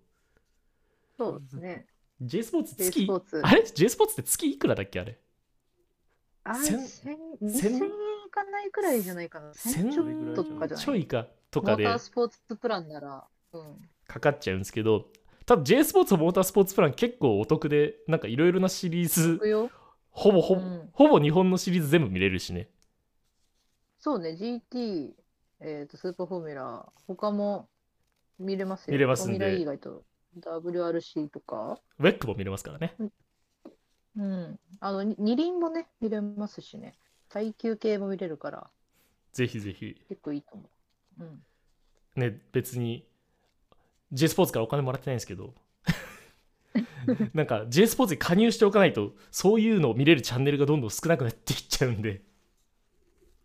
S2: そうですね。
S1: J スポーツ
S2: J ス
S1: 月
S2: ポーツ
S1: あれ J スポーツって月いくらだっけあれ
S2: あれ、
S1: 千
S2: 千
S1: 千
S2: 2000円いかないくらいじゃないかな。
S1: 千
S2: 1000ちょっととかじゃない
S1: ちょいかと
S2: モ
S1: か
S2: ー
S1: で
S2: タースポーツプランなら、うん。
S1: かかっちゃうんですけど多分 J スポーツモータースポーツプラン結構お得でなんかいろいろなシリーズ
S2: 行くよ。
S1: ほぼほ,、
S2: うん
S1: ほぼ日本のシリーズ全部見れるしね
S2: そうね、GT、えーと、スーパーフォーミュラー、他も見れますよ。
S1: 見れますんで
S2: フォーミュラー以外と WRC とか、
S1: ウェックも見れますからね
S2: うん。あの、に二輪もね、見れますしね。耐久系も見れるから、
S1: ぜひぜひ
S2: 結構いいと思う。うん。
S1: ね別に J スポーツからお金もらってないんですけ
S2: [laughs]
S1: どなんか J スポーツに加入しておかないとそういうのを見れるチャンネルがどんどん少なくなっていっちゃうんで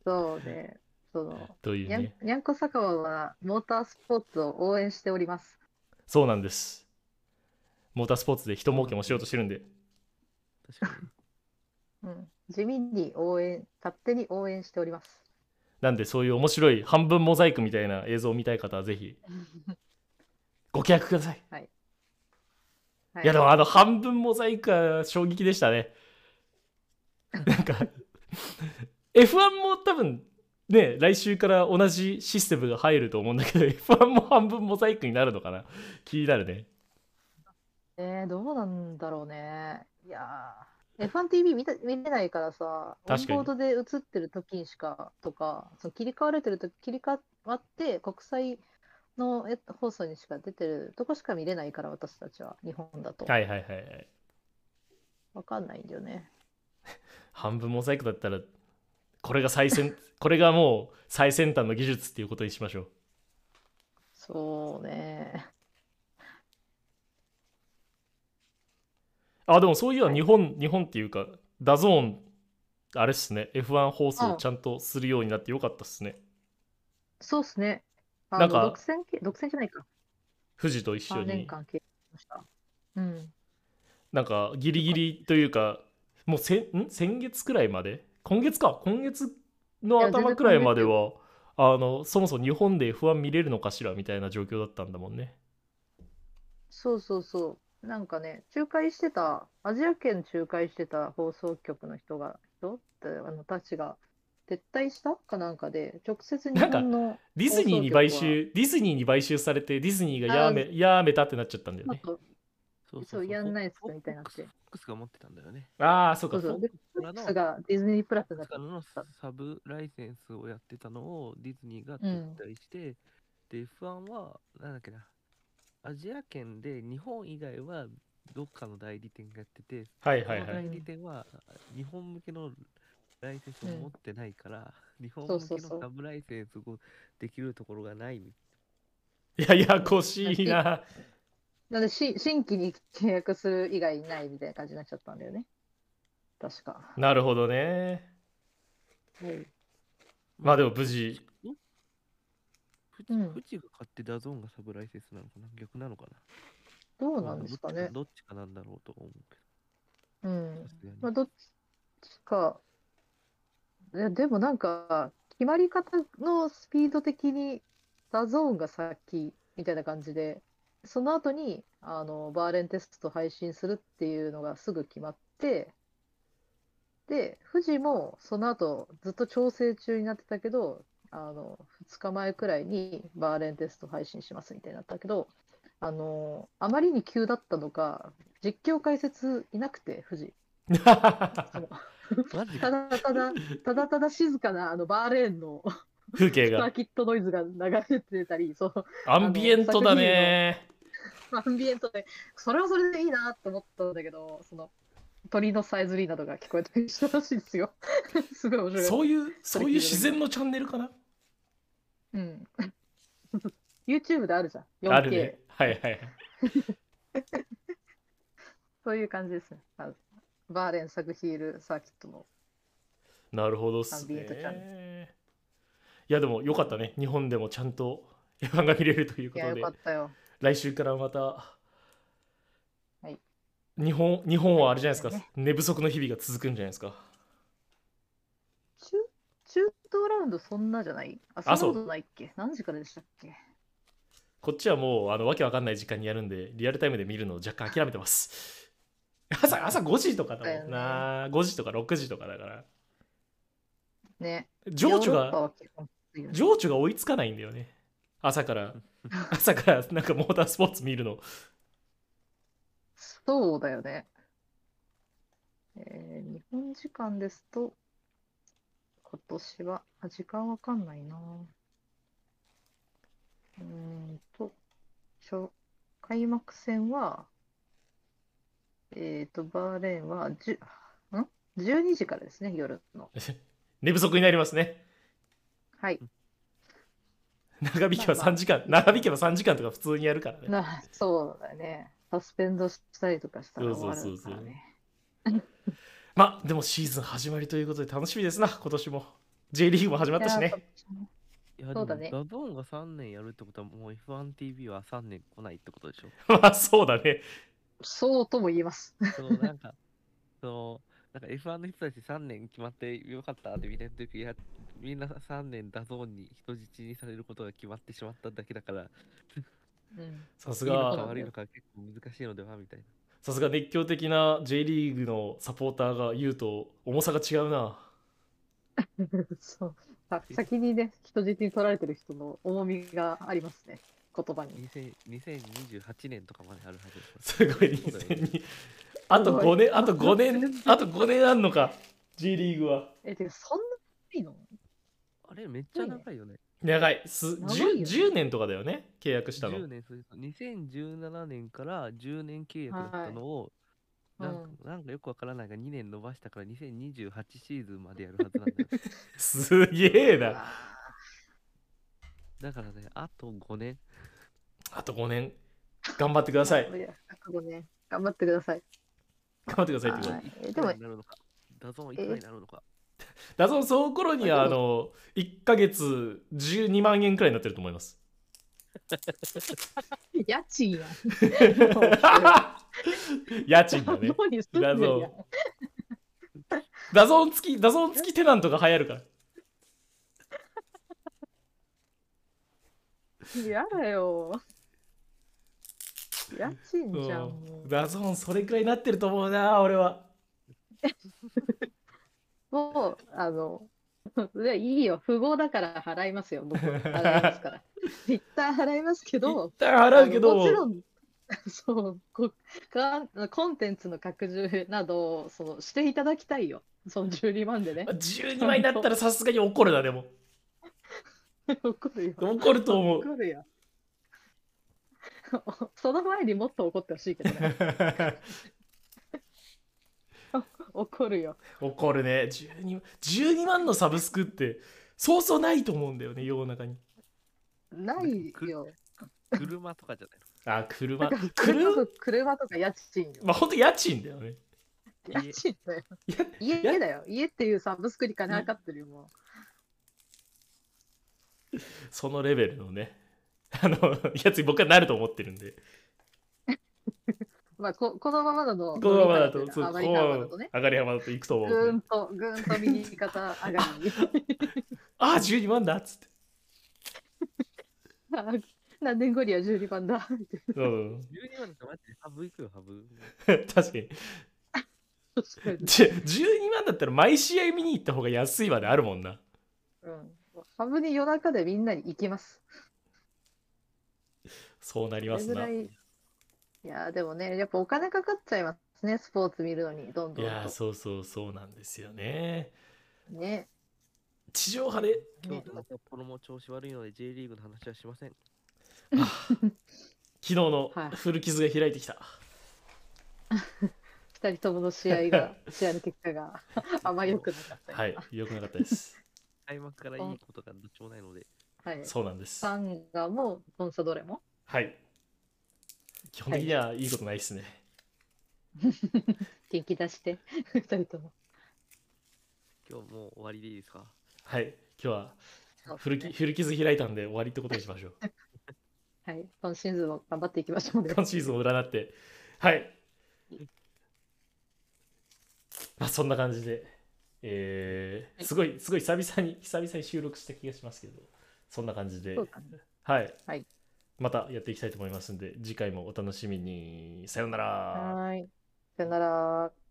S2: そうね。その、
S1: という
S2: にゃん
S1: ね
S2: にゃんこ酒場はモータースポーツを応援しております。
S1: そうなんですモータースポーツで人儲けもしようとしてるんで
S3: 確かに。
S2: うん。地味に応援、勝手に応援しております。
S1: なんでそういう面白い半分モザイクみたいな映像を見たい方はぜ
S2: [laughs]
S1: ひご契約ください
S2: はい
S1: やでもあの半分モザイクは衝撃でした
S2: [laughs]
S1: ね。なんか F1 も多分ね来週から同じシステムが入ると思うんだけど F1 も半分モザイクになるのかな気になるね。
S2: えー、どうなんだろうね。いやー、F1TV 見た、見れないからさ、オン
S1: 確かに
S2: ボードで映ってる時にしか、とか、そう切り替われてると切り替わって、国際のえ放送にしか出てるとこしか見れないから、私たちは、日本だと。
S1: はいはいはいはい。
S2: わかんないんだよね。
S1: 半分モザイクだったらこれが最先これがもう最先端の技術っていうことにしましょう。
S2: そうね。
S1: あでもそういえば
S2: はい
S1: 日本、日本っていうかダゾーンあれっすね F1 放
S2: う
S1: 送
S2: ん
S1: ちゃんとするようになってよかったっすね。
S2: そうっすね。あ
S1: なん
S2: の、
S1: か
S2: 独占系、独占じゃないか。
S1: 富士と一緒
S2: 3年
S1: に。
S2: 間経営しました。うん。
S1: なんかギリギリというかもうせん先月くらいまで今月か今月の頭くらいまではあのそもそも日本で F1 見れるのかしらみたいな状況だったんだもんね
S2: そうそうそう。なんかね、仲介してた、アジア圏仲介してた放送局の人が、人って、あの、たちが、撤退したかなんかで、直接日
S1: なんか
S2: 本の
S1: ディズニーに買収ディズニーに買収されてディズニーがやめやめたってなっちゃったんだよ
S2: 放
S1: ね
S2: 送局は、
S3: そう
S2: そうやんないやつみたいになって
S3: フォックスが持ってたんだよね。
S1: ああそう
S2: そ
S1: か
S2: うそう、で、
S3: フ
S2: フ
S3: ォ
S2: ォッ
S3: ック
S2: ク
S3: ス
S2: スがディズニープラスに
S3: フォッ
S2: な
S3: ク
S2: っ
S3: スか
S2: た
S3: ら。のサブライセンスをやってたのをディズニーが撤退して、で、F1 は、なんだっけな、アジア圏で日本以外はどっかの代理店がやってて、
S1: はいはい
S3: そ
S1: は
S3: の
S1: い
S3: 代理店は日本向けのライセンスを持ってないから、日本
S2: そ
S3: 向
S2: うそう
S3: け
S2: そ
S3: の
S2: う
S3: サブライセンスをできるところがない
S1: ややこしいな。
S2: なんでし、新規に契約する以外ないみたいな感じになっちゃったんだよね。確か。
S1: なるほどね。
S2: はい
S1: まあでも無事。
S3: 富
S2: うん
S3: 士富士が勝ってダゾーンがサブライセンスなのかな逆なのか
S2: どうな
S3: な
S2: んですかね。
S3: どっちかなんだろうと思うけ
S2: う
S3: ど。
S2: ん
S3: さ。すがに
S2: まあ、どっちか。いや、でもなんか、決まり方のスピード的に、ダゾーンが先みたいな感じで、その後に、あの、バーレンテスト配信するっていうのがすぐ決まって、で、富士もその後ずっと調整中になってたけど、あの、2日前くらいにバーレンテスト配信しますみたいになったけど、あの、あまりに急だったのか、実況解説いなくて、富士。
S3: マジ
S2: た
S3: か
S2: だただ、ただただ静かなあのバーレーンの
S1: 風景
S2: サー [laughs]
S1: が。
S2: キットノイズが流れてたり、そう、
S1: アンビエントだね。
S2: アンビエントで、それはそれでいいなって思ったんだけど、その、鳥のさえずりなどが聞こえたりしたらしいですよ。 [laughs] すごい面白い。
S1: そういう、そ
S2: そ
S1: う
S2: れ
S1: いう
S2: 聞いてる
S1: 自然のチャンネルかな
S2: うん。YouTube であるじゃん。4K。
S1: あるね。はい
S2: [laughs]
S1: はいはい。
S2: そういう感じですね。あのバーレーン、サグヒール、サーキットの。
S1: なるほどっす
S2: アンビエントチャン
S1: ね。いやでもよかったね。日本でもちゃんと [laughs] F1 が見れるという
S2: い
S1: こ
S2: や、
S1: と
S2: よ
S1: で
S2: か、ったよ。
S1: 来週からまた、
S2: い
S1: 日本日本はあれじゃないです
S2: そう
S1: か
S2: で、
S1: 寝不足の日々が続くんじゃないですか。
S2: 中、中東ラウンドそんなじゃないあ、
S1: あそ
S2: そん
S1: う
S2: なことないっけ何時からでしたっけ
S1: こっちはもうあのわけわかんない時間にやるんで、リアルタイムで見るのを若干諦めてます。 [laughs] 朝朝5時とかだもんな、5時とか6時とかだから。
S2: ね。
S1: 情緒
S2: ヨーロッパ
S1: が、
S2: は基本強いよね
S1: 情緒が追いつかないんだよね。朝
S2: [laughs]
S1: から、朝からなんかモータースポーツ見るの。 [laughs]
S2: そうだよね。えー日本時間ですと、今年は、あ、時間わかんないな。うーんと、初開幕戦は、えっと、バーレーンは、じゅ、ん ?12 時からですね、夜の。
S1: 寝不足になりますね。
S2: はい。
S1: 長引けば
S2: まあまあ
S1: 3時間、長引けば3時間とか普通にやるからね。
S2: な、そうだね。サスペンドしたりとかしたら
S1: そうそう
S2: 終わる
S1: そうそう
S2: からね。
S1: まあ、でもシーズン始まりということで楽しみですな、今年も。J リーグも始まったし
S2: いや
S1: ね
S2: ー。
S3: いやで
S2: そ
S3: も
S2: うだ
S3: ダ
S2: ね
S3: ゾーンが3年やるってことはもう F1TV は3年来ないってこ
S2: [laughs]
S3: とでしょ
S1: [laughs] まあ、そうだね。
S2: そうとも言います。
S3: そのなんか、そのなんか F1 の人たち3年決まってよかったってみんな言ってるけどいやみんな3年ダゾーンに人質にされることが決まってしまっただけだから、
S2: うん
S1: さす
S3: いいのか
S1: が、
S3: 悪いのか結構難しいのではみたいな。
S1: さすが熱狂的な J リーグのサポーターが言うと重さが違うな。
S2: [laughs] そうさ先にね、人質に取られてる人の重みがありますね、言葉に。
S3: 2000 2028年とかまであるはずです。
S1: すごい、
S3: そうだよね
S1: 2002。あと5年、あと5年、あと5年あんのか、J リーグは。
S2: え、てか、そんなにいいの
S3: あれめっちゃ長いよね。
S1: 長いす
S2: 長い
S1: 10,
S2: よね
S1: 10年とかだよね、契約したの
S3: 10。年そうそう2017年から10年契約だったのを、
S2: はい
S3: なんかなんかよくわからないが2年延ばしたから2028シーズンまでやるはずなんだ [laughs] よ。
S1: すげえな。
S3: だからね、あと5年。
S1: あと5年、頑張ってください。
S2: いや覚悟ね、頑張ってください。
S1: 頑張ってくださいってこと
S2: はい
S3: い
S2: で
S3: くら
S2: も
S3: になるのか。ダゾーンいくらになるのか。
S1: だぞその頃には
S2: あ
S1: あ
S2: で
S1: の1ヶ月12万円くらいになってると思います。
S2: 家賃やん。
S1: [laughs] 家賃だ
S2: [laughs]
S1: ね
S2: ど。こに住んでるやん
S1: だ。ダゾーン付き、ダゾーン付きテナントが流行るから。
S2: やだよ。家賃じゃん。も
S1: う
S2: うん
S1: ダゾーンそれくらいになってると思うな、俺は。
S2: もう、あの、 [laughs] いやいいよ、富豪だから払いますよ、僕は払いますから。一旦払いますけど
S1: 一、旦払うけ
S2: あのもちろ
S1: ど、
S2: ん [laughs] そうこかコンテンツの拡充などをそのしていただきたいよその12万
S1: [laughs]
S2: でね
S1: 12万になったらさすがに怒るな、でも。
S2: 怒るよ
S1: 怒ると思う [laughs]
S2: 怒。るよ [laughs] その前にもっと怒ってほしいけどね
S1: [laughs]
S2: 怒るよ
S1: 怒るね12万。12万のサブスクって、そうそうないと思うんだよね、世の中に。
S2: ないよ
S3: 車とかじゃないの
S1: あ、車。
S2: 車
S1: 車
S2: と車とか家賃よ。
S1: まあ、ほんと家賃だよね。
S2: 家賃だよ。家
S1: や
S2: 家だよ。家っていうサブスクに金かかってるよ、も
S1: そのレベルのね。あの、 [laughs] やつに僕はなると思ってるんで。
S2: う。まあ、ここのままだと、
S1: このままだと、
S2: 上
S1: そう、
S2: がり
S1: こ
S2: 幅だと
S1: う
S2: ね、
S1: 上がり浜だと行くと
S2: ぐ
S1: 思
S2: ー
S1: うん
S2: ん
S1: で。
S2: と、ぐーんと右肩上がりに。
S1: あ、12万だっつって。
S2: あ [laughs] 何年後には12番だ。みたい
S1: うん。
S3: 12万ってマジでハブ行くよ、ハブ。
S1: [laughs] 確かに。
S2: な確かに
S1: じゅ12万だったら毎試合見に行った方が安いまであるもんな。
S2: うん。ハブに夜中でみんなに行きます。
S1: そうなり
S2: そ
S1: ま
S2: れ
S1: す
S2: ぐ
S1: な。
S2: ら
S1: い
S2: い。いやー、でもね、やっぱお金かかっちゃいますね、スポーツ見るのに、どんどん
S1: やー、
S2: と。
S1: そうそうそうなんですよね。
S2: ね。
S1: 地上波で、
S3: 今日の札幌も調子悪いので J リーグの話はしません。
S1: 昨日の
S2: はい
S1: 古傷が開いてきた。
S2: 二人ともの試
S1: [laughs]
S2: 合が、試合の結果があんま良くなかったよ。
S1: はい、良くなかった
S2: [laughs]
S1: です。
S3: 開幕からいいことがどっちもないので、
S2: はい。
S1: そうなんです。
S2: サンガも、ドンサドレも。
S1: はい。基本的にはいいことないですね。
S2: 元気出して、二人とも。
S3: 今日もう終わりでいいですか
S1: はい、今日は古き古傷開いたんで終わりってことにしましょう。
S2: はい。今シーズンも頑張っていきましょうね。
S1: 今シーズンを占って。はい。まあそんな感じで、えー、すごい、すごい久々に、久々に収録した気がしますけど、そんな感じで
S2: そ、うだね
S1: はい。
S2: はい
S1: またやっていきたいと思いますんで、次回もお楽しみに。さようなら。
S2: はーい。さよなら。